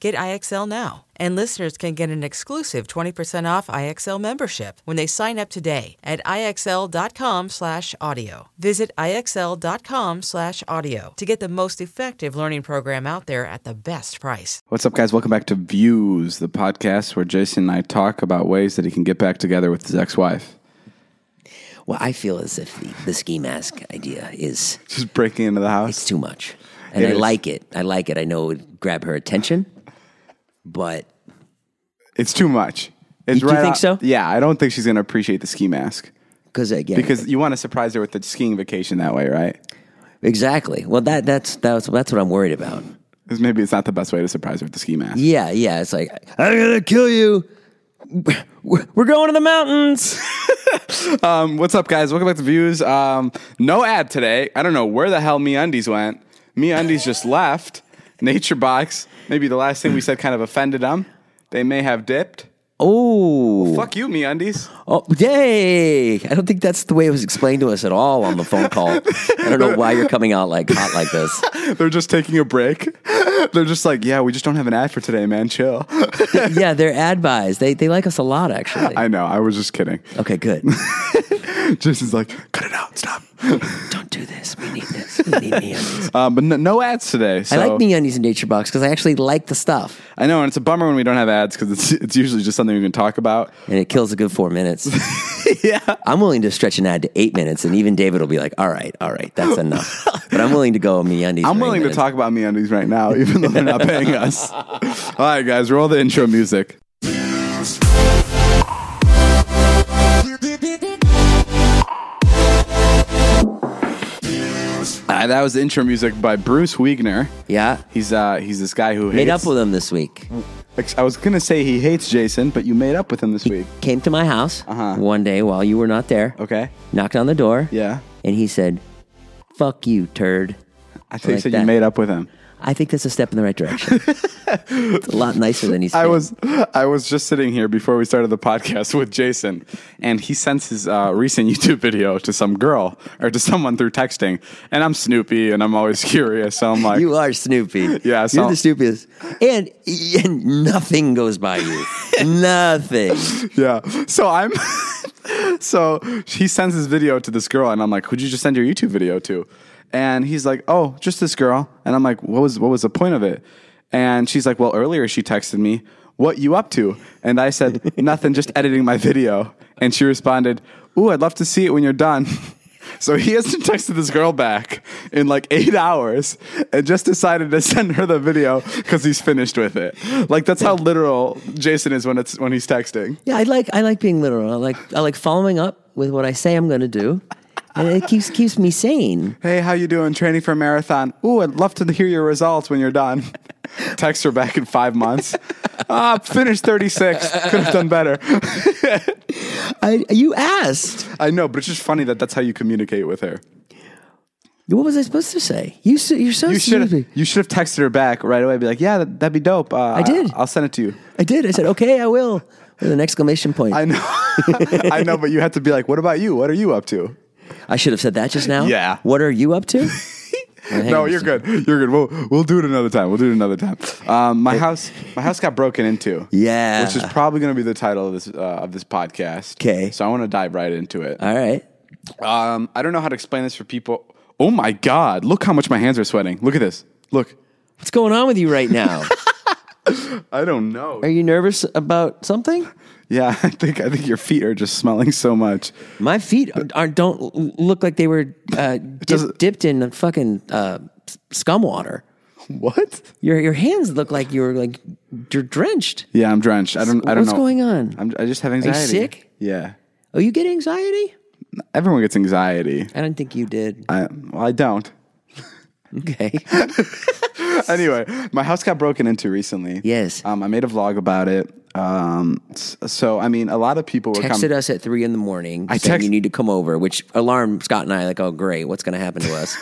Get IXL now. And listeners can get an exclusive 20% off IXL membership when they sign up today at IXL.com slash audio. Visit IXL.com slash audio to get the most effective learning program out there at the best price. What's up, guys? Welcome back to Views, the podcast where Jason and I talk about ways that he can get back together with his ex wife. Well, I feel as if the, the ski mask idea is Just breaking into the it's house. too much, and It I is. like it. I like it. I know it would grab her attention, but It's too much. It's You- do you think out- so? Yeah, I don't think she's going to appreciate the ski mask because again, because you want to surprise her with the skiing vacation that way, right? exactly. Well, that that's that's that's what I'm worried about. Because maybe it's not the best way to surprise her with the ski mask. Yeah, yeah. It's like I'm gonna kill you. We're we're going to the mountains. Um, what's up, guys? Welcome back to Views. Um, no ad today. I don't know where the hell Me Undies went. Me Undies just left. Nature Box, maybe the last thing we said kind of offended them. They may have dipped. Oh, Fuck you, Me Undies. oh, yay! I don't think that's the way it was explained to us at all on the phone call. I don't know why you're coming out like hot like this. They're just taking a break. They're just like, yeah, we just don't have an ad for today, man. Chill. yeah, they're ad buys. They they like us a lot, actually. I know. I was just kidding. okay, good. Jason's like, cut it out. Stop. Don't do this. We need this. We need meundies. Um, but no, no ads today. So. I like meundies in Nature Box because I actually like the stuff, I know, and it's a bummer when we don't have ads because it's it's usually just something we can talk about. and it kills a good four minutes. yeah, I'm willing to stretch an ad to eight minutes, and even David will be like, "All right, all right, that's enough." But I'm willing to go meundies. I'm for eight willing to minutes. talk about MeUndies right now, even though they're not paying us. All right, guys, roll the intro music. Uh, that was the intro music by Bruce Wiegner. Yeah, He's uh, he's this guy who made hates, up with him this week. I was gonna say he hates Jason, but you made up with him this week. Came to my house Uh-huh. one day while you were not there. Okay. Knocked on the door. Yeah. and he said, "Fuck you, turd." I think like so. You that. made up with him. I think that's a step in the right direction. it's a lot nicer than he's. I was I was just sitting here before we started the podcast with Jason, and he sends his uh, recent YouTube video to some girl or to someone through texting. And I'm Snoopy, and I'm always curious, so I'm like, You are Snoopy. Yeah, so- you're the Snoopiest, and and nothing goes by you. nothing. yeah. So I'm. so he sends his video to this girl, and I'm like, who'd you just send your YouTube video to? And he's like, oh, just this girl. And I'm like, what was what was the point of it? And she's like, well, earlier she texted me, what you up to? And I said, nothing, just editing my video. And she responded, ooh, I'd love to see it when you're done. So he hasn't texted this girl back in like eight hours and just decided to send her the video because he's finished with it. Like that's how literal Jason is when it's when he's texting. Yeah, I like I like being literal. I like I like following up with what I say I'm going to do, and it keeps keeps me sane. Hey, how you doing? Training for a marathon. Ooh, I'd love to hear your results when you're done. Text her back in five months. Ah, finished 36. Could have done better. I you asked. I know, but it's just funny that that's how you communicate with her. What was I supposed to say? You s- you're so You should Snoopy. you should have texted her back right away. Be like, yeah, that, that'd be dope. Uh, I did. I'll send it to you. I did. I said okay. I will with an exclamation point. I i know. I know, but you have to be like, what about you? What are you up to? should have said that just now. Yeah. What are you up to? No, you're good. You're good. We'll we'll do it another time. We'll do it another time. Um, my house my house got broken into. Yeah. Which is probably going to be the title of this uh, of this podcast. 'Kay. So I want to dive right into it. All right. Um, I don't know how to explain this for people. Oh my god! Look how much my hands are sweating. Look at this. Look. What's going on with you right now? I don't know. Are you nervous about something? Yeah, I think I think your feet are just smelling so much. My feet are, don't l- look like they were uh, dip, doesn't- dipped in fucking uh, s- scum water. What? Your your hands look like you were like you're drenched. Yeah, I'm drenched. I don't. I don't What's know going on? I'm, I just have anxiety. sick? Yeah. Oh, you get anxiety? Everyone gets anxiety. I don't think you did. I well, I don't. Okay. anyway, my house got broken into recently. Yes. Um, I made a vlog about it. Um, s- so I mean, a lot of people were Texted coming. us at three in the morning. I I saying text- you need to come over, which alarmed Scott and I like, oh great, what's gonna happen to us?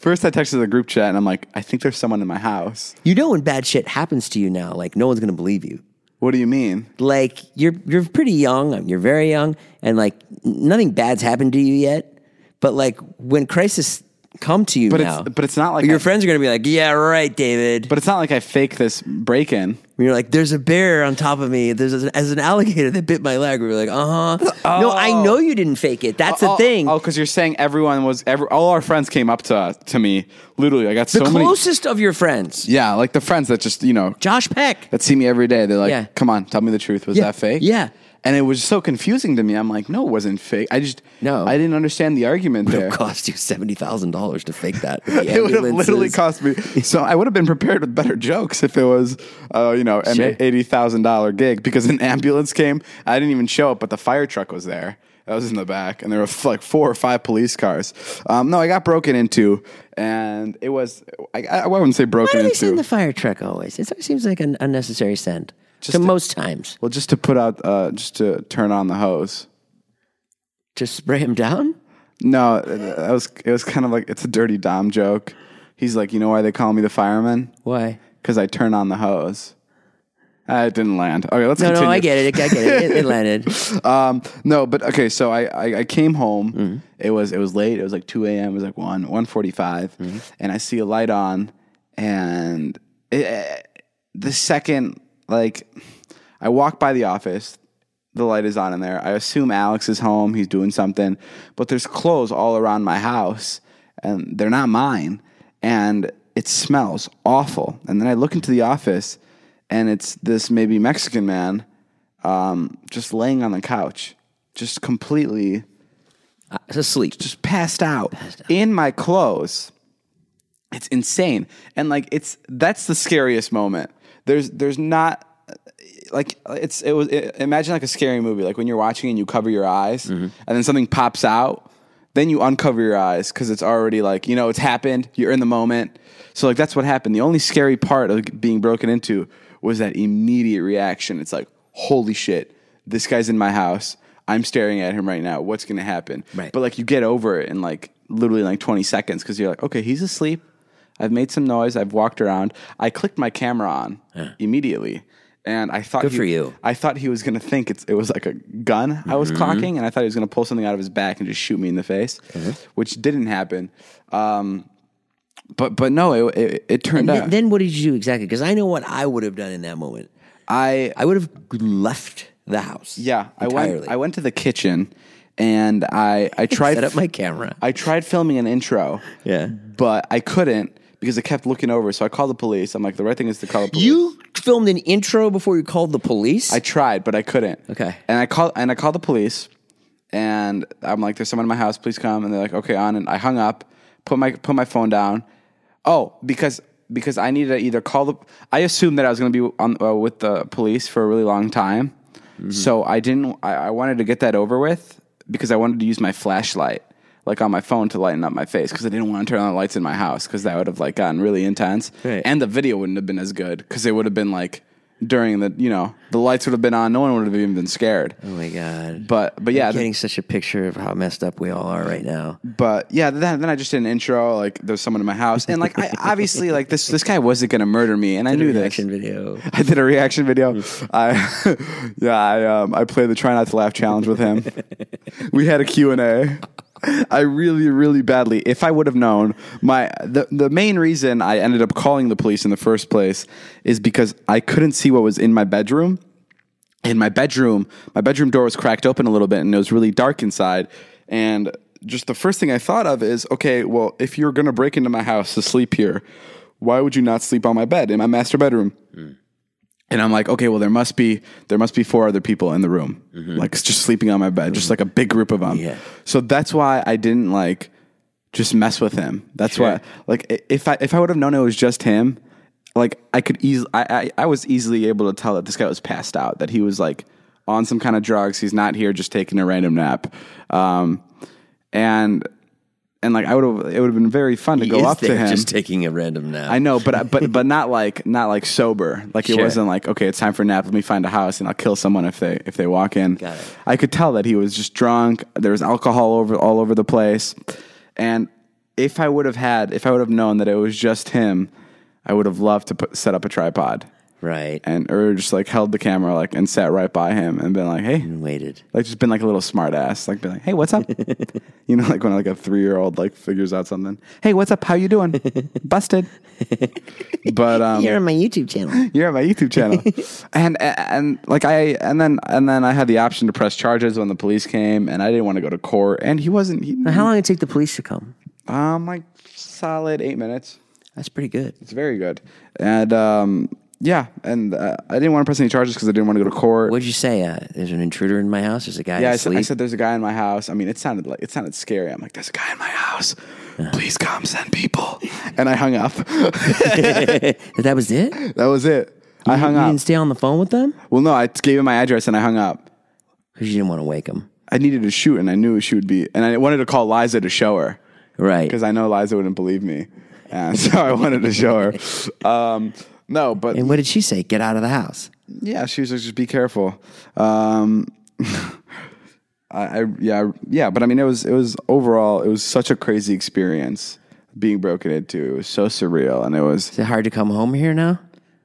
First, I texted the group chat, and I'm like, I think there's someone in my house. you know when bad shit happens to you now, like no one's gonna believe you. What do you mean? like you're you're pretty young, um, you're very young, and like nothing bad's happened to you yet. But like when crisis come to you But now, it's but it's not like your I- friends are gonna be like, "Yeah, right, David." But But it's not like I fake this break in. you're like, "There's a bear on top of me. There's an, as an alligator that bit my leg." We're like, "Uh huh." No, I know you didn't fake it. That's the thing. Oh, because you're saying everyone was every, all our friends came up to to me. Literally, I got the so many. closest of your friends, Yeah, like the friends that just you know Josh Peck. that see me every day. They're like, Yeah. "Come on, tell me the truth. Was Yeah, that fake?" yeah. And it was so confusing to me. I'm like, "No, it wasn't fake. I just No. I didn't understand the argument there. It cost you seventy thousand dollars to fake that. with the it would have literally ambulances. cost me. So I would have been prepared with better jokes if it was, uh, you know, an Sure. eighty thousand dollar gig because an ambulance came. I didn't even show up, but the fire truck was there. I was in the back, and there were f- like four or five police cars. Um, no, I got broken into, and it was I, I wouldn't say Why broken do they into. send the fire truck always? It seems like an unnecessary send. to most times. well, just to put out, uh, just to turn on the hose. Just spray him down? No, uh, that was it was kind of like it's a dirty dom joke. He's like, you know why they call me the fireman? Why? because I turn on the hose. Uh, it didn't land. Okay, let's No, continue. no, I get it. I get it. It, it landed. Um, no, but okay. So I, I, I came home. Mm-hmm. It was it was late. It was like two a.m. It was like one one Mm-hmm. and I see a light on, and it, the second like I walk by the office, the light is on in there. I assume Alex is home. He's doing something, but there's clothes all around my house, and they're not mine, and it smells awful. And then I look into the office, and it's this maybe Mexican man um, just laying on the couch, just completely Uh, It's asleep. just passed out, in my clothes. It's insane, and like it's that's the scariest moment. There's there's not like it's it was it, imagine like a scary movie like when you're watching and you cover your eyes and then something pops out then you uncover your eyes because it's already like you know it's happened you're in the moment so like that's what happened the only scary part of being broken into was that immediate reaction it's like holy shit this guy's in my house i'm staring at him right now what's gonna happen Right. but like you get over it in like literally like 20 seconds because you're like okay he's asleep i've made some noise i've walked around i clicked my camera on immediately and i thought Good he- for you. Mm-hmm. I thought he was gonna think it's, it was like a gun I was clocking, and I thought he was gonna pull something out of his back and just shoot me in the face, Uh-huh. which didn't happen. Um, but but no, it it, it turned Th- out then what did you do exactly? Because I know what I would have done in that moment. I I would have left the house. yeah I entirely. went I went to the kitchen and I I tried Set up my camera. I tried filming an intro, Yeah. but I couldn't because I kept looking over. So I called the police. I'm like, the right thing is to call the police. you filmed an intro before you called the police? I tried, but I couldn't. Okay. And I called and I called the police and I'm like, there's someone in my house, please come. And they're like, okay, on and I hung up, put my put my phone down. Oh, because because I needed to either call the I assumed that I was gonna be on uh, with the police for a really long time. Mm-hmm. So I didn't I, I wanted to get that over with because I wanted to use my flashlight. Like on my phone to lighten up my face because I didn't want to turn on the lights in my house because that would have like gotten really intense Right. and the video wouldn't have been as good because it would have been like during the you know the lights would have been on no one would have even been scared oh my God. but but yeah I'm getting such a picture of how messed up we all are right now. but yeah then, then i just did an intro like there's someone in my house and like i obviously like this this guy wasn't gonna murder me and i knew this Reaction video. i did a reaction video i yeah i um i played the try not to laugh challenge with him we had a q&a I really, really badly. If I would have known, my the the main reason I ended up calling the police in the first place is because I couldn't see what was in my bedroom. in my bedroom, my bedroom door was cracked open a little bit and it was really dark inside. And just the first thing I thought of is, okay, well, if you're going to break into my house to sleep here, why would you not sleep on my bed in my master bedroom? And I'm like, okay, well, there must be there must be four other people in the room, like just sleeping on my bed, just like a big group of them. Yeah. So that's why I didn't like just mess with him. That's Sure. why, like, i- if I if I would have known it was just him, like I could easily, I, I I was easily able to tell that this guy was passed out, that he was like on some kind of drugs. He's not here, just taking a random nap, um, and and like I would have, it would have been very fun to He go is up to there him. just taking a random nap. I know, but I- but but not like not like sober. Like it Sure. wasn't like okay, it's time for a nap. Let me find a house and I'll kill someone if they if they walk in. Got it. I could tell that he was just drunk. There was alcohol over all over the place, and if I would have had, if I would have known that it was just him, I would have loved to put, set up a tripod Right. and And or just like held the camera like and sat right by him and been like, hey, waited. like just been like a little smart ass, like been like, hey, what's up? you know, like when like a three year old like figures out something. Hey, what's up? How you doing? Busted. but um, on my YouTube channel. you're on my YouTube channel, and and like I and then and then I had the option to press charges when the police came, and I didn't want to go to court, and he wasn't. He, How long did it take the police to come? um, like solid eight minutes. That's pretty good. It's very good, and um, yeah, and uh, I didn't want to press any charges because I didn't want to go to court. What'd you say? Uh, there's an intruder in my house. There's a guy Yeah, I said, asleep. I said there's a guy in my house. I mean, it sounded like it sounded scary. I'm like, there's a guy in my house. Please come, send people. And I hung up. That that was it. that was it. I hung you up. didn't stay on the phone with them Well, no, I t- gave him my address and I hung up. because you didn't want to wake them. I needed to shoot, and I knew she would be. And I wanted to call Liza to show her Right. because I know Liza wouldn't believe me, and so I wanted to show her. Um, no, but And what did she say? Get out of the house. yeah, she was like, just be careful. Um, I, I yeah I- yeah, but I mean it was it was overall it was such a crazy experience being broken into. It was so surreal, and it was Is it hard to come home here now?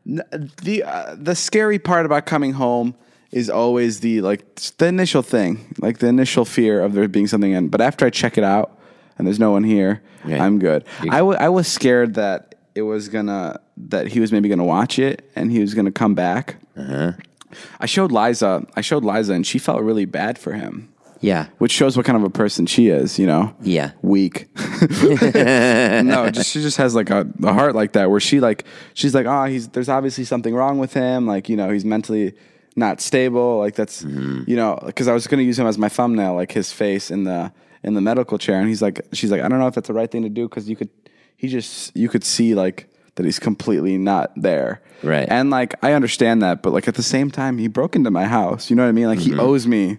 N- the uh, the scary part about coming home is always the like the initial thing, like the initial fear of there being something in. But after I check it out and there's no one here, Right. I'm good. I wa- I was scared that it was gonna that he was maybe gonna watch it and he was gonna come back. I showed Liza, I showed Liza, and she felt really bad for him, Yeah. which shows what kind of a person she is, you know Yeah. weak. no, just, she just has like a, a heart like that where she like she's like, oh, he's there's obviously something wrong with him. Like you know, he's mentally not stable. Like that's you know, because I was gonna use him as my thumbnail, like his face in the in the medical chair, and he's like, she's like, I don't know if that's the right thing to do because you could, he just you could see like that he's completely not there. Right. And like I understand that, but like at the same time, he broke into my house. You know what I mean? Like he owes me.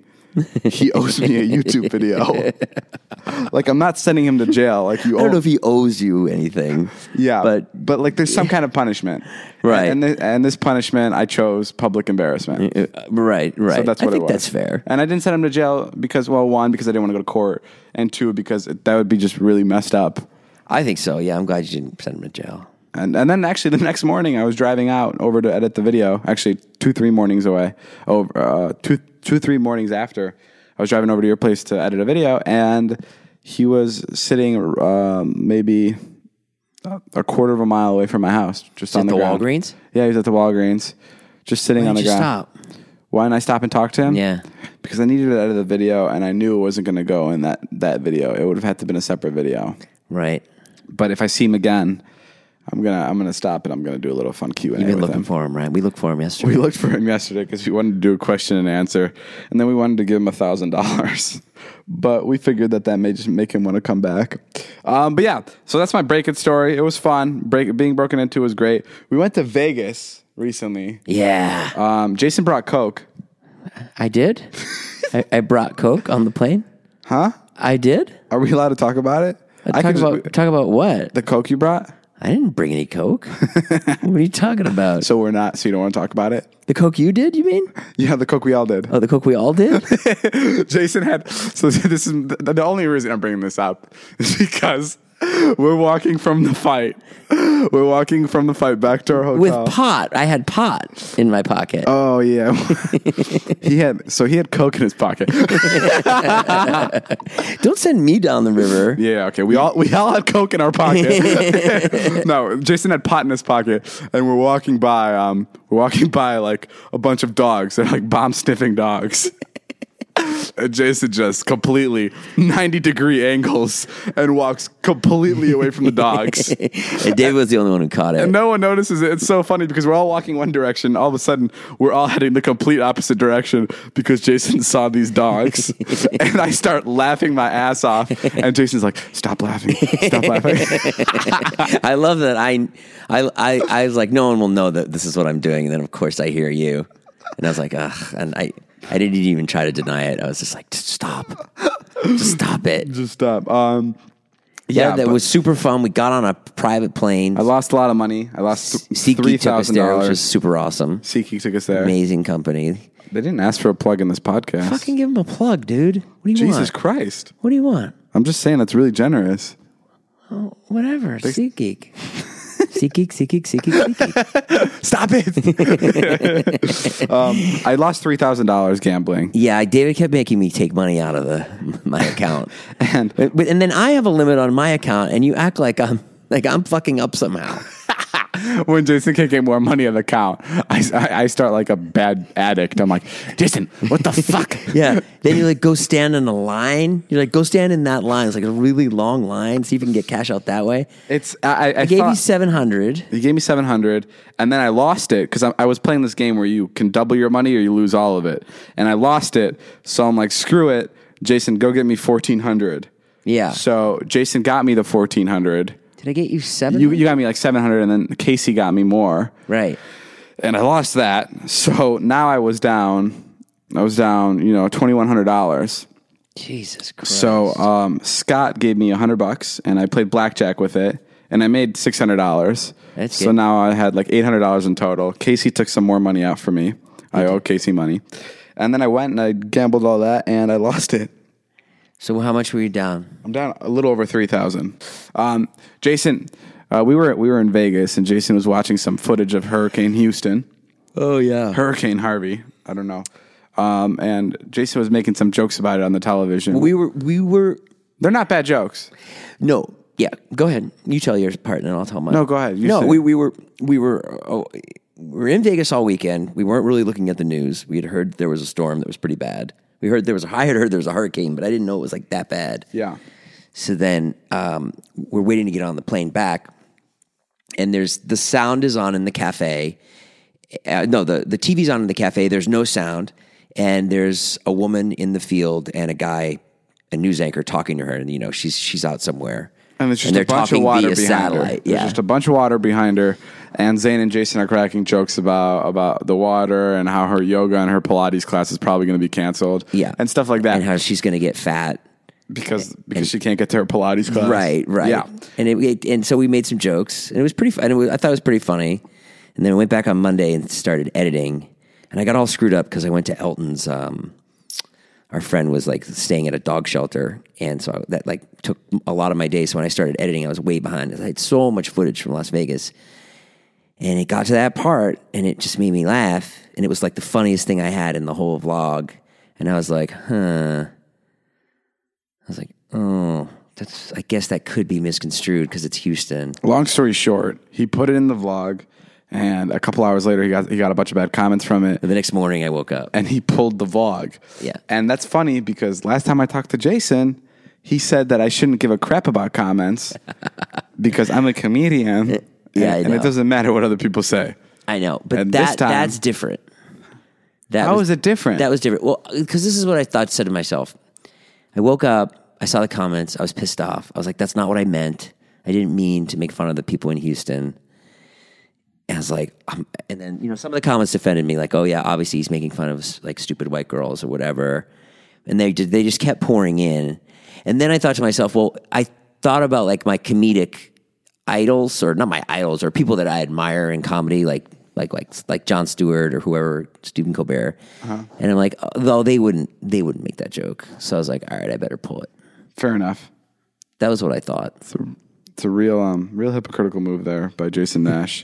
he owes me a YouTube video. like I'm not sending him to jail. Like you I don't know owe, if he owes you anything. yeah, But but but like there's some kind of punishment, Right. And thi- and this punishment, I chose public embarrassment. uh, right, right. So that's what I it think was. that's fair. And I didn't send him to jail because, well, one, because I didn't want to go to court, and two, because it, that would be just really messed up. I think so. Yeah. I'm glad you didn't send him to jail. And and then actually the next morning, I was driving out over to edit the video. Actually, two three mornings away, over uh, two two three mornings after, I was driving over to your place to edit a video, and he was sitting um, maybe a quarter of a mile away from my house, just on At the, the ground. Walgreens? Yeah, he was at the Walgreens, just sitting Why on the did you ground. stop? Why didn't I stop and talk to him? Yeah. because I needed to edit the video, and I knew it wasn't going to go in that that video. It would have had to have been a separate video. Right. But if I see him again, I'm gonna I'm gonna stop and I'm gonna do a little fun Q and You've A been with looking him. for him, right? We looked for him yesterday. We looked for him yesterday because we wanted to do a question and answer, and then we wanted to give him a thousand dollars, but we figured that that may just make him want to come back. Um, but yeah, so that's my break it story. It was fun. Break being broken into was great. We went to Vegas recently. yeah. Um, Jason brought coke. I did. I, I brought Coke on the plane. Huh? I did. Are we allowed to talk about it? I talk could just- about talk about what? the coke you brought. I didn't bring any Coke. what are you talking about? So we're not. So you don't want to talk about it. the Coke you did? You mean? Yeah, the coke we all did. Oh, the Coke we all did. Jason had so this is the, the only reason I'm bringing this up is because we're walking from the fight. We're walking from the fight back to our hotel. With pot, I had pot in my pocket. oh yeah, he had so he had coke in his pocket. Don't send me down the river. yeah, okay. We all we all had coke in our pocket. no, Jason had pot in his pocket, and we're walking by. Um, we're walking by like a bunch of dogs. They're like bomb sniffing dogs. and Jason just completely 90 degree angles and walks completely away from the dogs. and David was the only one who caught it. And no one notices it. It's so funny because we're all walking one direction. All of a sudden, we're all heading the complete opposite direction because Jason saw these dogs. and I start laughing my ass off. And Jason's like, stop laughing. Stop laughing. I love that. I, I, I, I was like, no one will know that this is what I'm doing. And then, of course, I hear you, and I was like, ugh. And I, I didn't even try to deny it. I was just like, just stop, just stop it. Just stop. Um, Yeah, that but was super fun. We got on a private plane. I lost a lot of money. I lost th- SeatGeek took us there, which was $3,000. super awesome. SeatGeek took us there. Amazing company. They didn't ask for a plug in this podcast. Fucking give them a plug, dude. What do you Jesus want? Christ. What do you want? I'm just saying that's really generous. Whatever. SeatGeek. SeatGeek, SeatGeek, SeatGeek, SeatGeek. Stop it. um, I lost $3,000 gambling. Yeah, David kept making me take money out of the my account, And- but, but- and then I have a limit on my account, and you act like I'm like I'm fucking up somehow. When Jason can't get more money on the account, I, I, I start like a bad addict. I'm like, Jason, what the fuck? Yeah. Then you like go stand in a line. You're like go stand in that line. It's like a really long line. See if you can get cash out that way. It's, I, I, I gave you thought- seven hundred. You gave me 700 and then I lost it because I, I was playing this game where you can double your money or you lose all of it. And I lost it. So I'm like, screw it. Jason, go get me 1400. Yeah. So Jason got me the 1400. Did I get you seven? You, you got me like 700 and then Casey got me more. right. And I lost that. So now I was down, I was down, you know, $2,100. Jesus Christ. So um, Scott gave me a hundred bucks, and I played blackjack with it, and I made six hundred dollars. That's So good. now I had like eight hundred dollars in total. Casey took some more money out for me. I owe Casey money, and then I went and I gambled all that, and I lost it. so how much were you down? I'm down a little over three thousand. Um, Jason, uh, we were we were in Vegas, and Jason was watching some footage of Hurricane Houston. Oh yeah. Hurricane Harvey. I don't know. Um, and Jason was making some jokes about it on the television. We were we were They're not bad jokes. No. Yeah. Go ahead. You tell your part, and then I'll tell mine. No, go ahead. You no, say we, it. we were we were oh, we were in Vegas all weekend. We weren't really looking at the news. We had heard there was a storm that was pretty bad. We heard there was a, I had heard there was a hurricane, but I didn't know it was like that bad. Yeah. So then um, we're waiting to get on the plane back, and there's the sound is on in the cafe. Uh, no, the the TV's on in the cafe. There's no sound, and there's a woman in the field and a guy, a news anchor talking to her, and you know she's she's out somewhere, And there's just they're a bunch of talking water via behind her. satellite. There's Yeah, just a bunch of water behind her. And Zane and Jason are cracking jokes about about the water and how her yoga and her Pilates class is probably going to be canceled. yeah, and stuff like that and how she's gonna get fat. because because she can't get to her Pilates class. Right, right. Yeah, And it, it- and so we made some jokes, and it was pretty. fu- And it was, I thought it was pretty funny. And then I went back on Monday and started editing, and I got all screwed up because I went to Elton's. Um, our friend was like staying at a dog shelter, and so I, that like took a lot of my day. So when I started editing, I was way behind. I had so much footage from Las Vegas, and it got to that part, and it just made me laugh, and it was like the funniest thing I had in the whole vlog. And I was like, huh. I was like, oh, that's. I guess that could be misconstrued because it's Houston. Long story short, he put it in the vlog, and a couple hours later, he got he got a bunch of bad comments from it. But the next morning, I woke up. and he pulled the vlog. Yeah. And that's funny because last time I talked to Jason, he said that I shouldn't give a crap about comments because I'm a comedian. and- yeah, I and, know. it doesn't matter what other people say. I know, but And this that time- that's different. That How is it different? That was different. Well, because this is what I thought said to myself. I woke up. I saw the comments. I was pissed off. I was like, "That's not what I meant. I didn't mean to make fun of the people in Houston." And I was like, um, and then you know, some of the comments defended me, like, "Oh yeah, obviously he's making fun of like stupid white girls or whatever," and they did, they just kept pouring in. And then I thought to myself, well, I thought about like my comedic idols, or not my idols, or people that I admire in comedy, like like like like John Stewart or whoever, Stephen Colbert. Uh-huh. And I'm like, uh, though they wouldn't they wouldn't make that joke, so I was like, all right, I better pull it. Fair enough. That was what I thought. It's a real, um, real hypocritical move there by Jason Nash.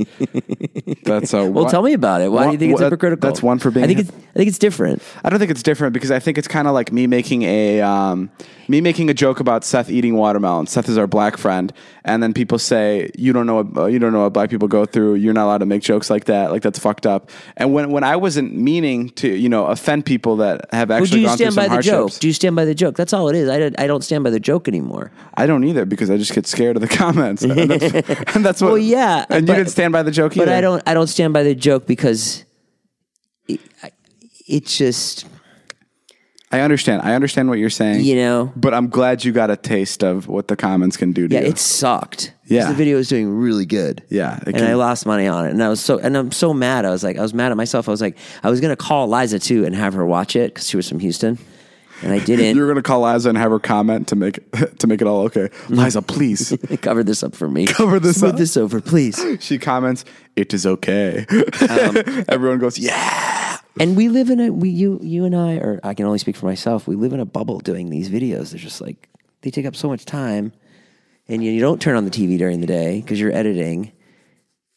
that's uh, Well, tell me about it. Why do you think it's Wha- hypocritical? That's one for being. I think it's, I think it's different. I don't think it's different because I think it's kind of like me making a um, me making a joke about Seth eating watermelon. Seth is our black friend, and then people say you don't know what, uh, you don't know what black people go through. You're not allowed to make jokes like that. Like that's fucked up. And when when I wasn't meaning to you know offend people that have Well, do actually you gone through stand some by the joke? hardships, Do you stand by the joke? That's all it is. I, don't- I don't stand by the joke anymore. I don't either because I just get scared of the comments. and, that's, and that's what. Well, yeah, and but- you didn't stand by the joke either. But I don't I don't stand by the joke because it, I- it just I understand. I understand what you're saying. You know. but I'm glad you got a taste of what the comments can do to yeah you. it sucked. 'Cause Yeah. the video was doing really good. Yeah, it and can- I lost money on it, and I was so and I'm so mad. I was like I was mad at myself. I was like I was gonna call Liza too and have her watch it because she was from Houston, and I didn't. You're gonna call Liza and have her comment to make to make it all okay. Liza, please. Cover this up for me. Cover this Smooth up. this over, please. she comments, "It is okay." Um, Everyone goes, "Yeah." And we live in a we you you and I or I can only speak for myself. We live in a bubble doing these videos. They're just like they take up so much time, and you, you don't turn on the TV during the day because you're editing.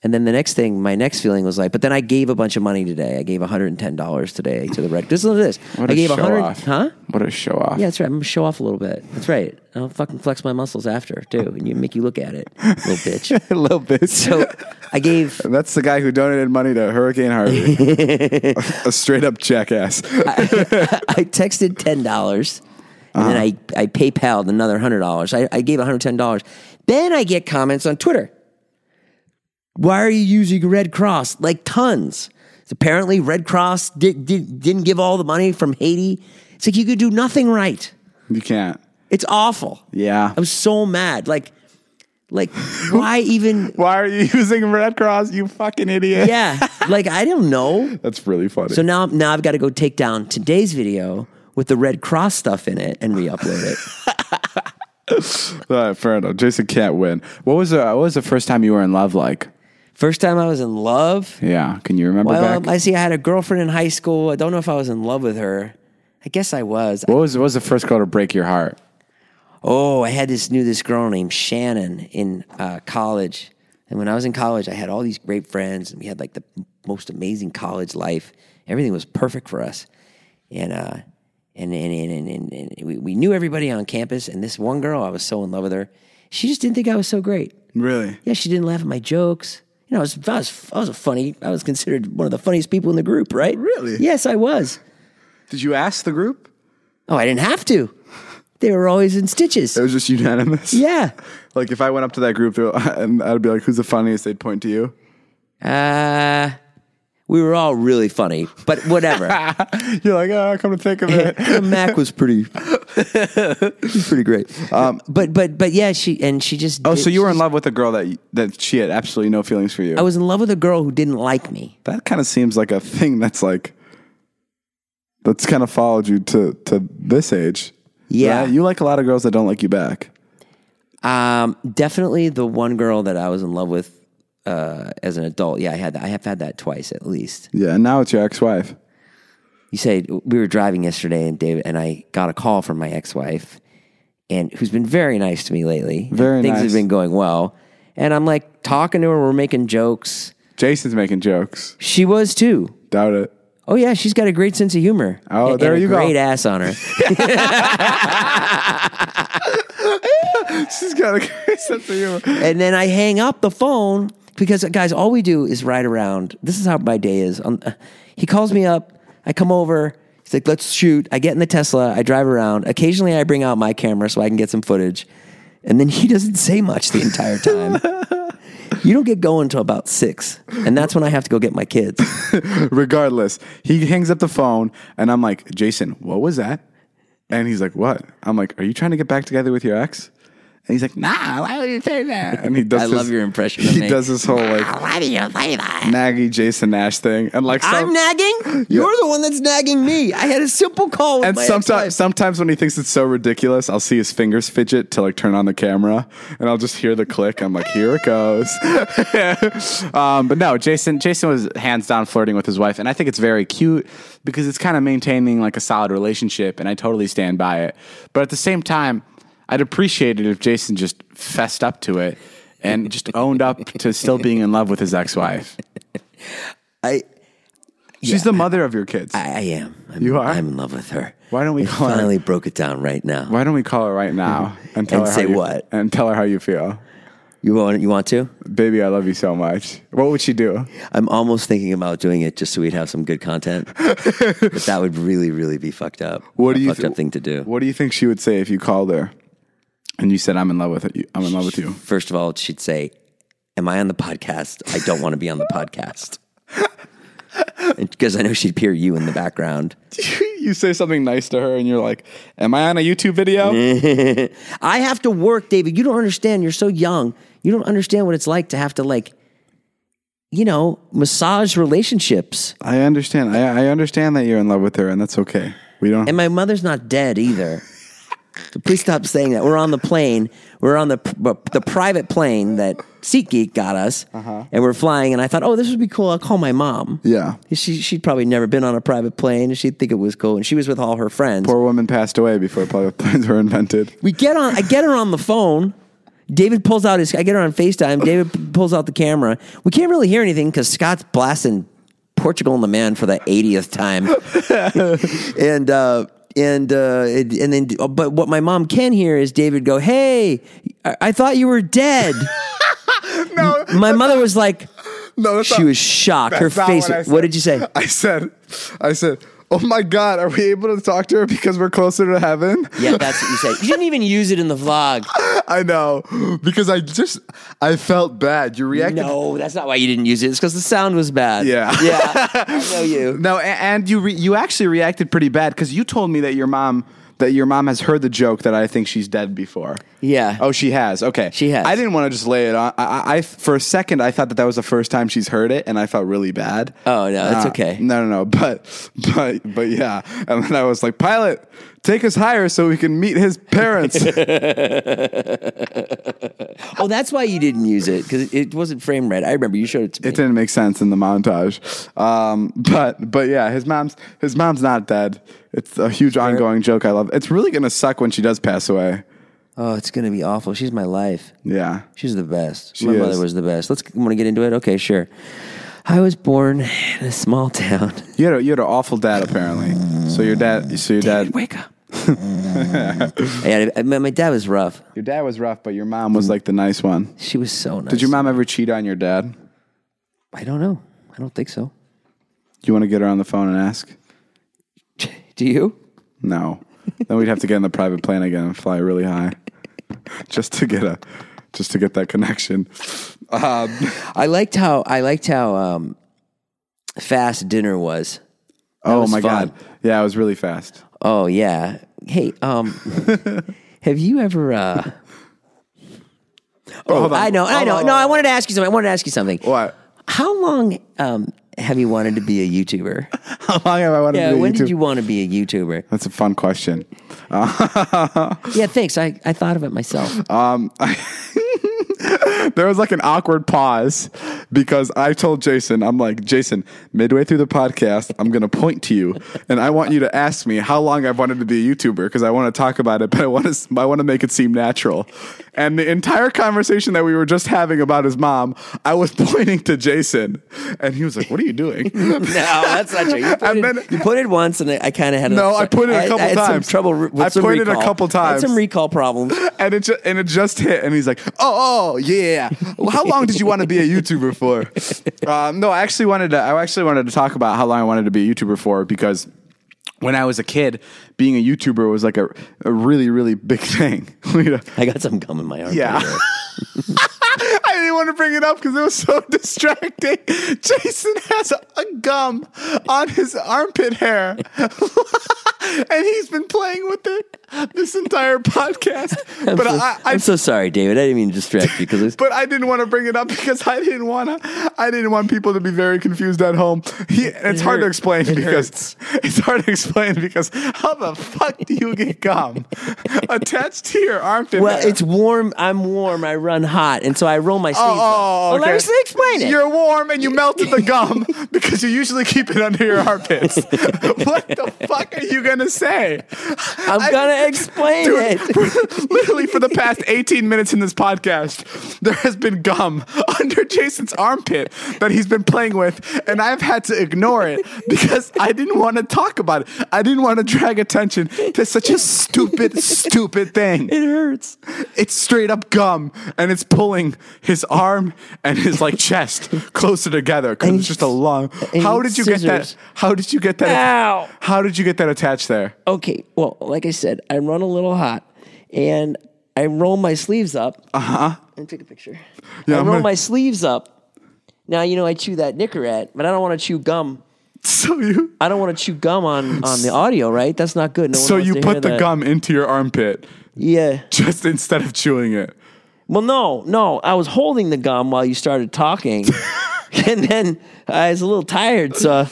And then the next thing, my next feeling was like, but then I gave a bunch of money today. I gave $110 today to the rec. Listen to this. What I a gave show 100 off, Huh? What a show off! Yeah, that's right. I'm gonna show off a little bit. That's right. I'll fucking flex my muscles after too, and you make you look at it, little bitch. a little bit. So I gave That's the guy who donated money to Hurricane Harvey. a straight up jackass. I texted ten dollars, and then I I PayPal'd another hundred dollars. I, I gave one hundred ten dollars. Then I get comments on Twitter. Why are you using Red Cross? Like tons. It's apparently Red Cross did, did, didn't give all the money from Haiti. It's like you could do nothing right. you can't. It's awful. Yeah. I was so mad. Like, like why even? Why are you using Red Cross? You fucking idiot. Yeah. Like I don't know. That's really funny. So now, now I've got to go take down today's video with the Red Cross stuff in it and re-upload it. All right, fair enough. Jason can't win. What was the What was the first time you were in love like? First time I was in love. Yeah. Can you remember Well, back? I see I had a girlfriend in high school. I don't know if I was in love with her. I guess I was. what was what was the first girl to break your heart? Oh, I had this knew this girl named Shannon in uh, college, and when I was in college, I had all these great friends, and we had like the most amazing college life. Everything was perfect for us, and uh, and and and, and, and, and we, we knew everybody on campus. And this one girl, I was so in love with her. She just didn't think I was so great. Really? Yeah, she didn't laugh at my jokes. You know, I was, I was, I was a funny, I was considered one of the funniest people in the group, right? Really? Yes, I was. Did you ask the group? Oh, I didn't have to. They were always in stitches. It was just unanimous. Yeah. Like if I went up to that group they're- and I'd be like, "Who's the funniest?" They'd point to you. Uh, we were all really funny, but whatever. You're like, "Oh, come to think of it." Mac was pretty, he's pretty great. Um, but but but yeah, she and she just. oh, so you were in love with a girl that that she had absolutely no feelings for you. I was in love with a girl who didn't like me. that kind of seems like a thing that's like that's kind of followed you to to this age. Yeah. Right? you like a lot of girls that don't like you back. Um, definitely the one girl that I was in love with uh, as an adult. Yeah, I had that. I have had that twice at least. Yeah, and now it's your ex-wife. You say we were driving yesterday, and David and I got a call from my ex-wife, and who's been very nice to me lately. Very things nice. have been going well, and I'm like talking to her. We're making jokes. Jason's making jokes. She was too. Doubt it. Oh yeah, she's got a great sense of humor. Oh, and, there and a you go. Great ass on her. She's got a great sense of humor. and then I hang up the phone because guys, all we do is ride around. This is how my day is. Um, uh, he calls me up. I come over. He's like, "Let's shoot." I get in the Tesla. I drive around. Occasionally, I bring out my camera so I can get some footage. And then he doesn't say much the entire time. you don't get going until about six, and that's when I have to go get my kids. Regardless, he hangs up the phone and I'm like, Jason, what was that? And he's like, What? I'm like, Are you trying to get back together with your ex? And he's like, Nah, why would you say that? And he does I his- love your impression of He me. does this whole like Why do you say that? naggy Jason Nash thing. And like some, I'm nagging. You're the one that's nagging me. I had a simple call. With and my sometimes ex-wife. sometimes when he thinks it's so ridiculous, I'll see his fingers fidget to like turn on the camera and I'll just hear the click. I'm like, here it goes. um, but no, Jason Jason was hands down flirting with his wife, and I think it's very cute because it's kind of maintaining like a solid relationship, and I totally stand by it. But at the same time, I I'd appreciate it if Jason just fessed up to it and just owned up to still being in love with his ex-wife. I She's the mother of your kids. I, I am. I'm, You are? I'm in love with her. Why don't we I call her- finally broke it down right now. Why don't we call her right now and tell And her how say you- what? And tell her how you feel, You want? You want to? baby. I love you so much. What would she do? I'm almost thinking about doing it just so we'd have some good content. but that would really, really be fucked up. What A do you fucked th- up thing to do? What do you think she would say if you called her and you said, "I'm in love with you. I'm in love with you." First of all, she'd say, "Am I on the podcast? I don't want to be on the podcast." Because I know she'd hear you in the background. you say something nice to her, and you're like, "Am I on a YouTube Mm. video?" I have to work, David. You don't understand. You're so young. You don't understand what it's like to have to like, you know, massage relationships. I understand. I, I understand that you're in love with her, and that's okay. We don't. And my mother's not dead either. so please stop saying that. We're on the plane. We're on the the private plane that SeatGeek got us, and we're flying. And I thought, oh, this would be cool. I'll call my mom. yeah. She, she'd probably never been on a private plane, and she'd think it was cool. And she was with all her friends. Poor woman passed away before private planes were invented. We get on. I get her on the phone. David pulls out his. I get her on Facetime. David p- pulls out the camera. We can't really hear anything because Scott's blasting Portugal and the Man for the 80th time, and uh, and uh, it- and then. But what my mom can hear is David go, "Hey, I, I thought you were dead." No, My mother was like, no, that's she was shocked. Her That's not face. what I What, said. did you say? I said, I said, oh my God, are we able to talk to her because we're closer to heaven? Yeah, that's what you said. You didn't even use it in the vlog. I know because I just I felt bad. You reacted. No, that's not why you didn't use it. It's because the sound was bad. Yeah. yeah. I know you. No, a- and you re- you actually reacted pretty bad because you told me that your mom that your mom has heard the joke that I think she's dead before. Yeah. Oh, she has. Okay, She has. I didn't want to just lay it on. I, I, I for a second I thought that that was the first time she's heard it, and I felt really bad. Oh, no, that's Uh, okay. No, no, no. But but but yeah. And then I was like, Pilot, take us higher so we can meet his parents. Oh, that's why you didn't use it because it, it wasn't frame right. I remember you showed it to me. it didn't make sense in the montage. Um, but but yeah, his mom's his mom's not dead. It's a huge ongoing joke. I love. It's really gonna suck when she does pass away. oh, it's gonna be awful. She's my life. Yeah. She's the best. She my is. mother was the best. Let's want to get into it. Okay, sure. I was born in a small town. You had a, you had an awful dad apparently. So your dad so your dad Wake up. yeah, I- my, my dad was rough. your dad was rough, but your mom was like the nice one. She was so nice. Did your mom ever cheat on your dad? I don't know. I don't think so. Do you want to get her on the phone and ask? Do you? No. then we'd have to get in the private plane again and fly really high, just to get a just to get that connection. Um, I liked how I liked how um, fast dinner was. oh was my fun. god! Yeah, it was really fast. Oh yeah. Hey, um, have you ever? Uh, Oh, hold on. I know, I Hold know. on, No, hold I wanted to ask you something. I wanted to ask you something. on. What? How long um, have you wanted to be a YouTuber? How long have I wanted Yeah, to do when YouTube? did you want to be a YouTuber? That's a fun question. Yeah, thanks. I, I thought of it myself. Um, There was like an awkward pause because I told Jason, I'm like, Jason, midway through the podcast, I'm going to point to you and I want you to ask me how long I've wanted to be a YouTuber because I want to talk about it, but I want to I want to make it seem natural. And the entire conversation that we were just having about his mom, I was pointing to Jason and he was like, "What are you doing?" no, that's not true. You put, And it, then- you put it once, and I, I kind of had No, I put it a a couple I had some times. trouble re- with I some put it a recall. couple I had some times. recall problems. and it ju- and it just hit, and he's like, "Oh, oh, yeah. Well, how long did you want to be a YouTuber for?" Um, no, I actually wanted to. I actually wanted to talk about how long I wanted to be a YouTuber for because when I was a kid, being a YouTuber was like a, a really really big thing. You know? I got some gum in my arm. Yeah. I didn't want to bring it up because it was so distracting. Jason has a gum on his armpit hair. and he's been playing with it this entire podcast. But I, I I'm so sorry, David. I didn't mean to distract you because but I didn't want to bring it up because I didn't want to. I didn't want people to be very confused at home. He, it's hard to hurt. explain It because hurts. it's hard to explain because how the fuck do you get gum attached to your armpit? Well, hair? it's warm. I'm warm. I run hot, and so I roll my sleeves. up. Oh, well, okay. let me explain it. You're warm and you melted the gum because you usually keep it under your armpits. what the fuck are you gonna say? I'm gonna explain Dude, it. for- literally for the past 18 minutes in this podcast, there has been gum under Jason's armpit that he's been playing with, and I've had to ignore it because I didn't want to talk about it. I didn't want to drag attention to such a stupid, stupid thing. It hurts. It's straight up gum, and it's pulling his arm and his like chest closer together because And- it's just a long. and How did you get that? scissors. How did you get that? Ow. How did you get that attached there? Okay, well, like I said, I run a little hot, and I roll my sleeves up. Uh huh. And take a picture. Uh-huh. Yeah, I I'm roll gonna- my sleeves up. Now you know I chew that Nicorette, but I don't want to chew gum. So you I don't want to chew gum on on the audio, right? That's not good. No one So wants you to hear put the that. gum into your armpit Yeah. just instead of chewing it. Well, no, no. I was holding the gum while you started talking, and then I was a little tired, so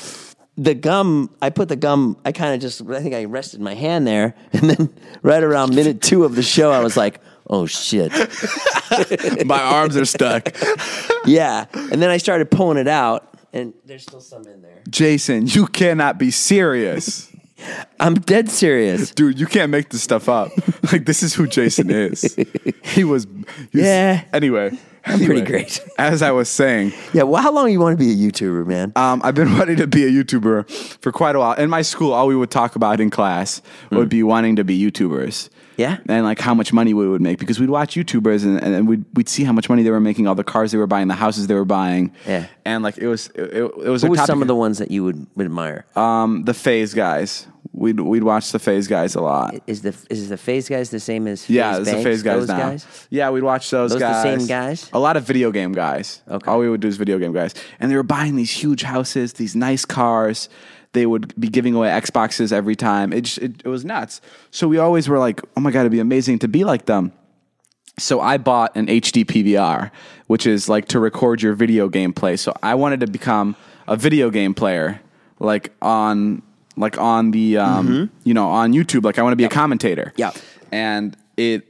the gum. I put the gum. I kind of just. I think I rested my hand there, and then right around minute two of the show, I was like, "Oh shit." My arms are stuck. Yeah. And then I started pulling it out, and there's still some in there. Jason, you cannot be serious. I'm dead serious. Dude, you can't make this stuff up. Like this is who Jason is. He was he was- Yeah. Anyway, pretty anyway, great. As I was saying, Yeah. Well, how long you want to be a YouTuber, man? um, I've been wanting to be a YouTuber for quite a while. In my school, all we would talk about in class would be wanting to be YouTubers. Hmm. Yeah. And like how much money we would make because we'd watch YouTubers and, and we'd, we'd see how much money they were making, all the cars they were buying, the houses they were buying. Yeah. And like it was, it, it it was, a What were topic- some of the ones that you would, would admire? um, the Phase guys. We'd, we'd watch the Phase guys a lot. is the is the Phase guys the same as Yeah, Phase it's the Banks, phase guys now. those Yeah, we'd watch those, Those the guys. same guys? A lot of video game guys. Okay. All we would do is video game guys, and they were buying these huge houses, these nice cars. They would be giving away Xboxes every time. It just, it, it was nuts. So we always were like, oh my god, it'd be amazing to be like them. So I bought an HD PVR, which is like to record your video game play. So I wanted to become a video game player, like on like on the um, you know on YouTube. Like I want to be a commentator. Mm-hmm. Yep. And it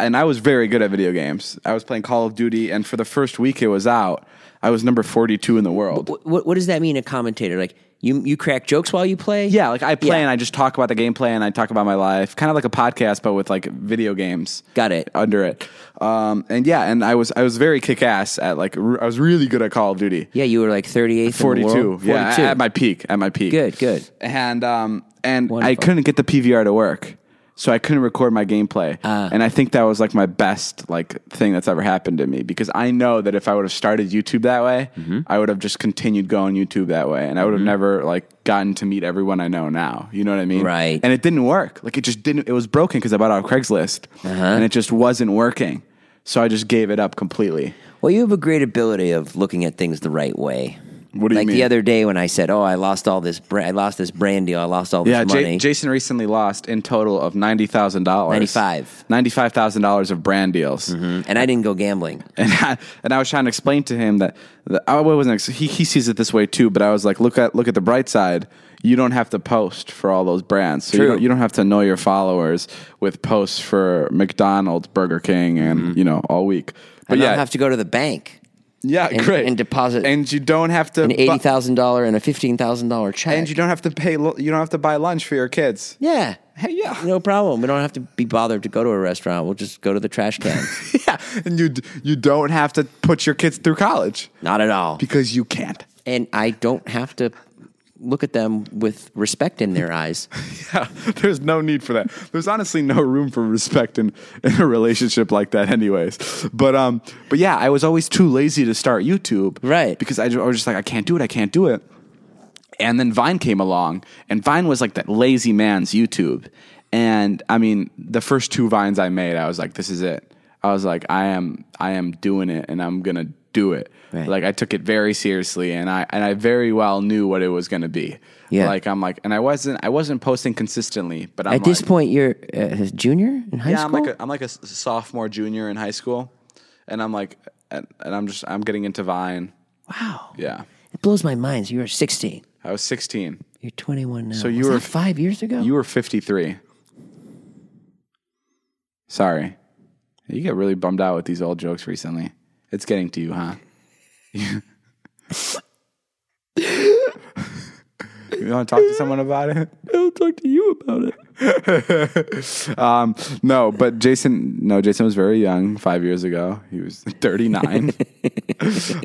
and I was very good at video games. I was playing Call of Duty, and for the first week it was out, I was number forty two in the world. Wh- What, what does that mean? A commentator like you you crack jokes while you play? Yeah, like I play Yeah. and I just talk about the gameplay and I talk about my life, kind of like a podcast, but with like video games. Got it. Under it, um, and yeah, and I was I was very kick ass at like r- I was really good at Call of Duty. yeah. You were like thirty eighth, Forty two, yeah, at- at my my peak, at my peak. Good, good. And um, and I Wonderful. couldn't get the PVR to work, so I couldn't record my gameplay. Ah. and I think that was like my best like thing that's ever happened to me because I know that if I would have started YouTube that way, Mm-hmm. I would have just continued going YouTube that way, and I would have never like gotten to meet everyone I know now. You know what I mean? Right. And it didn't work. Like it just didn't. It was broken because I bought it on Craigslist, Uh-huh. and it just wasn't working. So I just gave it up completely. Well, you have a great ability of looking at things the right way. What do you like mean? the other day when I said, "Oh, I lost all this. Bra- I lost this brand deal. I lost all this Yeah, Ja- money." Jason recently lost in total of ninety thousand dollars. $95,000. Ninety-five thousand dollars of brand deals, and I didn't go gambling. and I, and I was trying to explain to him that, that I wasn't. ex- He, he sees it this way too, but I was like, look at look at the bright side. You don't have to post for all those brands, so you True. don't, you don't have to know your followers with posts for McDonald's, Burger King, and you know all week. Mm-hmm. I But don't yeah, have to go to the bank. yeah, and- great, and deposit and you don't have to An bu- eighty thousand dollar and a fifteen thousand dollar check. and you don't have to pay. lu- You don't have to buy lunch for your kids. yeah. Hey, yeah. No problem. We don't have to be bothered to go to a restaurant. We'll just go to the trash can. yeah, and you d- you don't have to put your kids through college Not at all. because you can't. and I don't have to look at them with respect in their eyes. Yeah, there's no need for that. There's honestly no room for respect in, in a relationship like that, anyways. But um, but yeah, I was always too lazy to start YouTube, Right. Because I, ju- I was just like, I can't do it. I can't do it. And then Vine came along, and Vine was like that lazy man's YouTube. And I mean, the first two vines I made, I was like, this is it. I was like, I am, I am doing it, and I'm gonna do it. Right. Like I took it very seriously, and I and I very well knew what it was gonna be. Yeah. Like I'm like, and I wasn't, I wasn't posting consistently, but I'm At this like- point, you're uh, junior in high yeah, school. I'm like a, I'm like a s- sophomore, junior in high school, and I'm like, and, and I'm just, I'm getting into Vine. wow, Yeah, it blows my mind. You were 16. I was 16. You're 21 now. So you Was were that f- five years ago. You were 53. Sorry. You get really bummed out with these old jokes recently. It's getting to you, huh? you want to talk to someone about it? I'll talk to you about it. um, no, but Jason, no, Jason was very young five years ago. He was 39. Um, yeah, Well,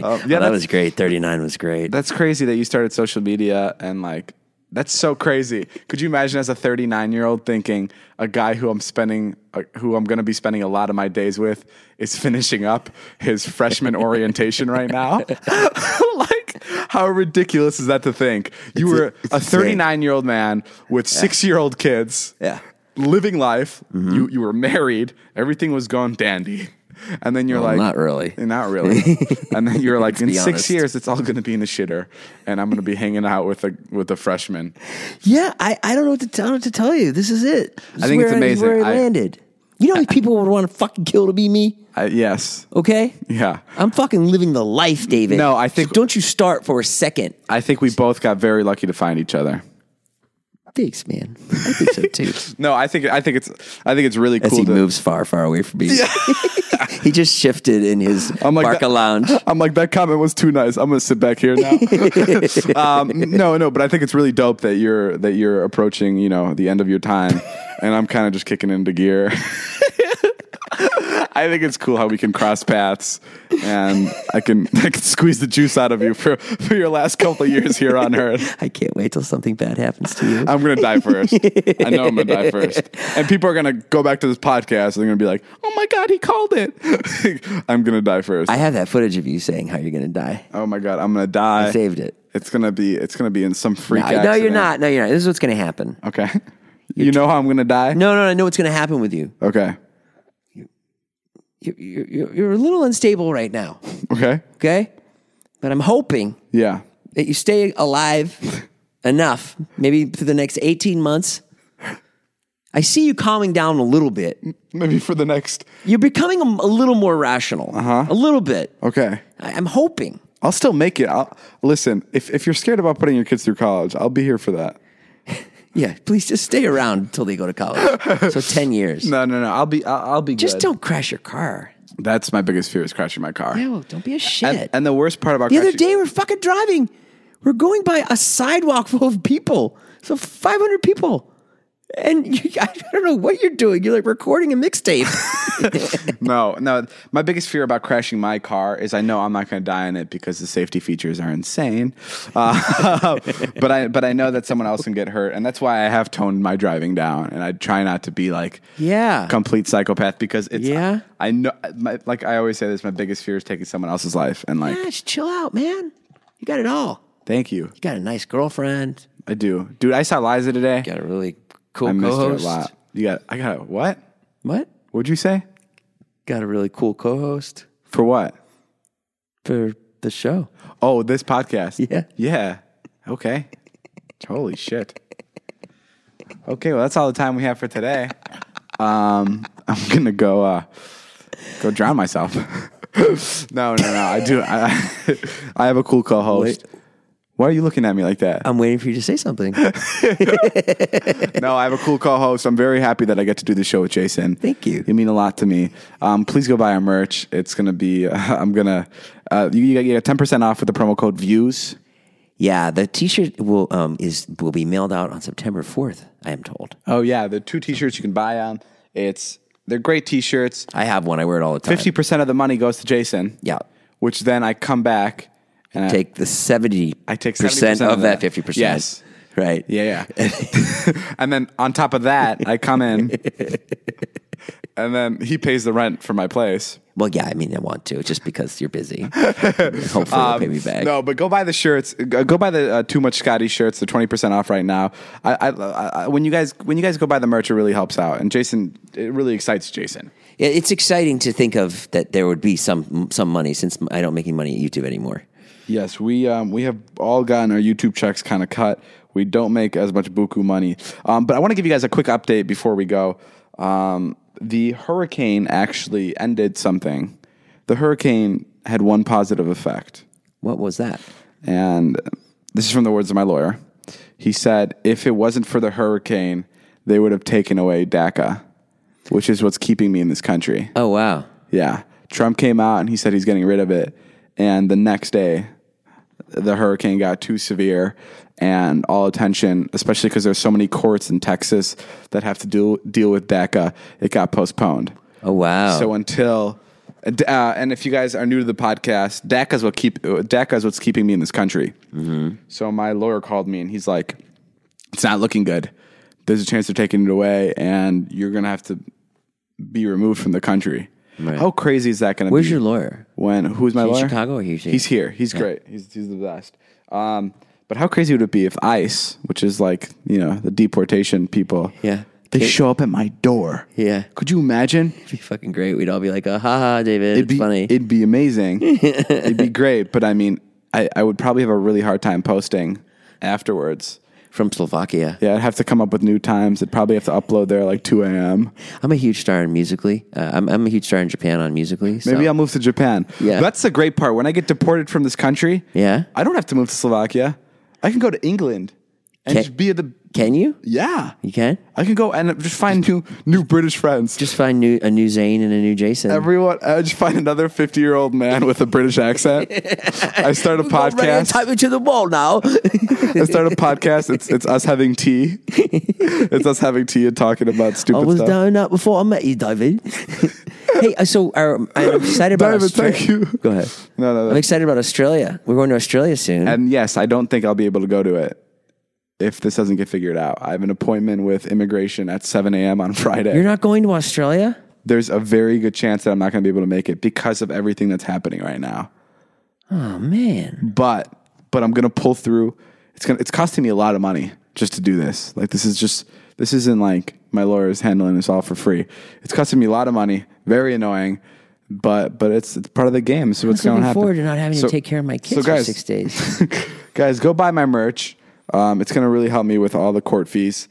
Oh, that that's, was great. 39 was great. that's crazy that you started social media and like, that's so crazy. Could you imagine as a 39 year old thinking a guy who I'm spending, uh, who I'm going to be spending a lot of my days with is finishing up his freshman orientation right now? like, how ridiculous is that to think? You It's- were it's a insane. 39 year old man with six year old kids Yeah. Mm-hmm. living life. You you were married. Everything was going dandy. And then you're Well, like, not really. not really. and then you're like, in be six honest. years, it's all going to be in the shitter, and I'm going to be hanging out with a with a freshman. Yeah, I, I don't know what to tell what to tell you. This is it. This I is think it's where this is Where amazing. I I- landed. You know, how many people would want to fucking kill to be me. I, yes, Okay. yeah. I'm fucking living the life, David. No, I think- So don't you start for a second. I think we both got very lucky to find each other. Thanks, man. I think so too. No, I think I think it's I think it's really As cool. he to- moves far, far away from me. he just shifted in his I'm like Uh, Barca that- lounge. I'm like that comment was too nice. I'm gonna sit back here now. um, no, no, but I think it's really dope that you're that you're approaching you know the end of your time, and I'm kind of just kicking into gear. I think it's cool how we can cross paths, and I can I can squeeze the juice out of you for for your last couple of years here on Earth. I can't wait till something bad happens to you. I'm gonna die first. I know I'm gonna die first, and people are gonna go back to this podcast. and They're gonna be like, "Oh my god, he called it." I'm gonna die first. I have that footage of you saying how you're going to die. oh my god, I'm gonna die. I saved it. It's gonna be it's gonna be in some freak. I- no, you're accident. not. No, you're not. This is what's going to happen. Okay. You know how I'm gonna die? No, no, no. I know what's going to happen with you. Okay. You're, you're, you're a little unstable right now. Okay. Okay. But I'm hoping Yeah. that you stay alive enough, maybe through the next 18 months. I see you calming down a little bit. Maybe for the next. You're becoming a, a little more rational, uh-huh. a little bit. Okay. I, I'm hoping. I'll still make it. I'll, listen, if if you're scared about putting your kids through college, I'll be here for that. Yeah, please just stay around until they go to college. so 10 years. No, no, no. I'll be I'll, I'll be Just good. don't crash your car. That's my biggest fear is crashing my car. No, don't be a shit. And, and the worst part about the other crashing- day, we're fucking driving. We're going by a sidewalk full of people. So 500 people. And you, I don't know what you're doing. You're like recording a mixtape. No, no. My biggest fear about crashing my car is I know I'm not going to die in it because the safety features are insane. Uh, but I but I know that someone else can get hurt, and that's why I have toned my driving down, and I try not to be like Yeah. complete psychopath because it's Yeah. I know my, like I always say this. My biggest fear is taking someone else's life, and like Gosh, chill out, man. You got it all. thank you, You got a nice girlfriend. I do, dude. I saw Liza today. You got a really cool I missed her a co-host. lot. You got I got what? What? What'd you say Got a really cool co-host for what? for the show. Oh, this podcast. Yeah. Yeah. Okay. Holy shit. Okay, well that's all the time we have for today. Um I'm gonna go uh go drown myself. no, no, no. I do I, I have a cool co host. Why are you looking at me like that? I'm waiting for you to say something. no, I have a cool co-host. I'm very happy that I get to do the show with Jason. Thank you. You mean a lot to me. Um, please go buy our merch. It's gonna be. I'm gonna. Uh, you, you get 10 percent off with the promo code Views. yeah, the t-shirt will um is will be mailed out on September 4th, I am told. Oh yeah, the two T-shirts you can buy on. It's they're great T-shirts. I have one. I wear it all the time. Fifty percent of the money goes to Jason. Yeah. which then I come back and I- Take the 70 I take 70% percent of of that that. 50%. Yes. Right. yeah, yeah. and then on top of that, I come in, and then he pays the rent for my place. Well, yeah, I mean, I want to just because you're busy. Hopefully, you'll pay me back. Um, No, but go buy the shirts. Go go buy the uh, Too Much Scotty shirts. They're twenty percent off right now. I, I, I, when you guys when you guys go buy the merch, it really helps out. And Jason, it really excites Jason. Yeah, It's exciting to think of that there would be some some money since I don't make any money at YouTube anymore. Yes, we um, we have all gotten our YouTube checks kind of cut. We don't make as much buku money, um, but I want to give you guys a quick update before we go. Um, the hurricane actually ended something. The hurricane had one positive effect. What was that? And this is from the words of my lawyer. He said, if it wasn't for the hurricane, they would have taken away DACA, which is what's keeping me in this country. Oh wow. Yeah. Trump came out and he said he's getting rid of it. And the next day, the hurricane got too severe and all attention, especially because there's so many courts in Texas that have to deal deal with DACA. It got postponed. Oh wow. So until, uh, d- uh, and if you guys are new to the podcast, DACA is what keep uh, DACA is what's keeping me in this country. Mm-hmm. So my lawyer called me and he's like, "It's not looking good. There's a chance they're taking it away, and you're gonna have to be removed from the country." How crazy is that gonna Where's be? your lawyer? When who's my in lawyer? Chicago or here? He's here. He's great. He's he's the best. Um, but how crazy would it be if ICE, which is like you know the deportation people, Yeah. they Ca- show up at my door? Yeah. Could you imagine? It'd be fucking great. We'd all be like, "Ah, ha, ha, David, It'd it's be funny." It'd be amazing. it'd be great. But I mean, I, I would probably have a really hard time posting afterwards. From Slovakia. Yeah, I'd have to come up with new times. I'd probably have to upload there like two a.m. I'm a huge star in Musically. Uh, I'm, I'm a huge star in Japan on Musically. So. Maybe I'll move to Japan. Yeah. that's the great part. When I get deported from this country, Yeah. I don't have to move to Slovakia. I can go to England and Ca- just be at the Can you? yeah. You can. I can go and just find new new British friends. Just find new a new Zane and a new Jason. Everyone, I just find another fifty year old man with a British accent. I start a Go right and podcast. type it to the wall now. I start a podcast. It's it's us having tea. it's us having tea and talking about I stupid was stuff. down that before I met you, David. hey, uh, so our, I'm excited about David, Australia. thank you. Go ahead. No, no, no. I'm excited about Australia. We're going to Australia soon. And yes, I don't think I'll be able to go to it if this doesn't get figured out. I have an appointment with immigration at seven a.m. on Friday. You're not going to Australia? There's a very good chance that I'm not going to be able to make it because of everything that's happening right now. Oh man. but but I'm gonna pull through. It's gonna it's costing me a lot of money just to do this. Like this is just this isn't like my lawyer is handling this all for free. It's costing me a lot of money. Very annoying, but but it's it's part of the game. So what's I'm gonna looking happen? forward to not having So- to take care of my kids so guys, for six days. guys, go buy my merch. Um, it's gonna really help me with all the court fees.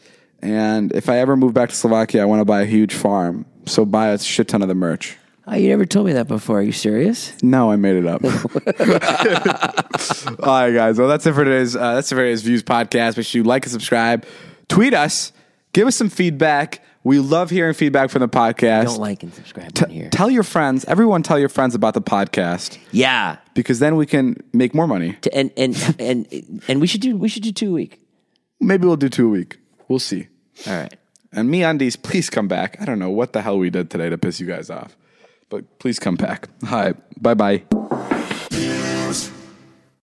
And if I ever move back to Slovakia, I want to buy a huge farm. So buy a shit ton of the merch. Oh, you never told me that before. Are you serious? No, I made it up. All right, guys. Well, that's it for today's uh, that's it for today's views podcast. Make sure you like and subscribe, tweet us, give us some feedback. We love hearing feedback from the podcast. Don't like and subscribe on here. Tell your friends, everyone, tell your friends about the podcast yeah. because then we can make more money. To- And and and and we should do we should do two a week. Maybe we'll do two a week. We'll see. All right. And me undies, please come back. I don't know what the hell we did today to piss you guys off, but please come back. All right, bye bye.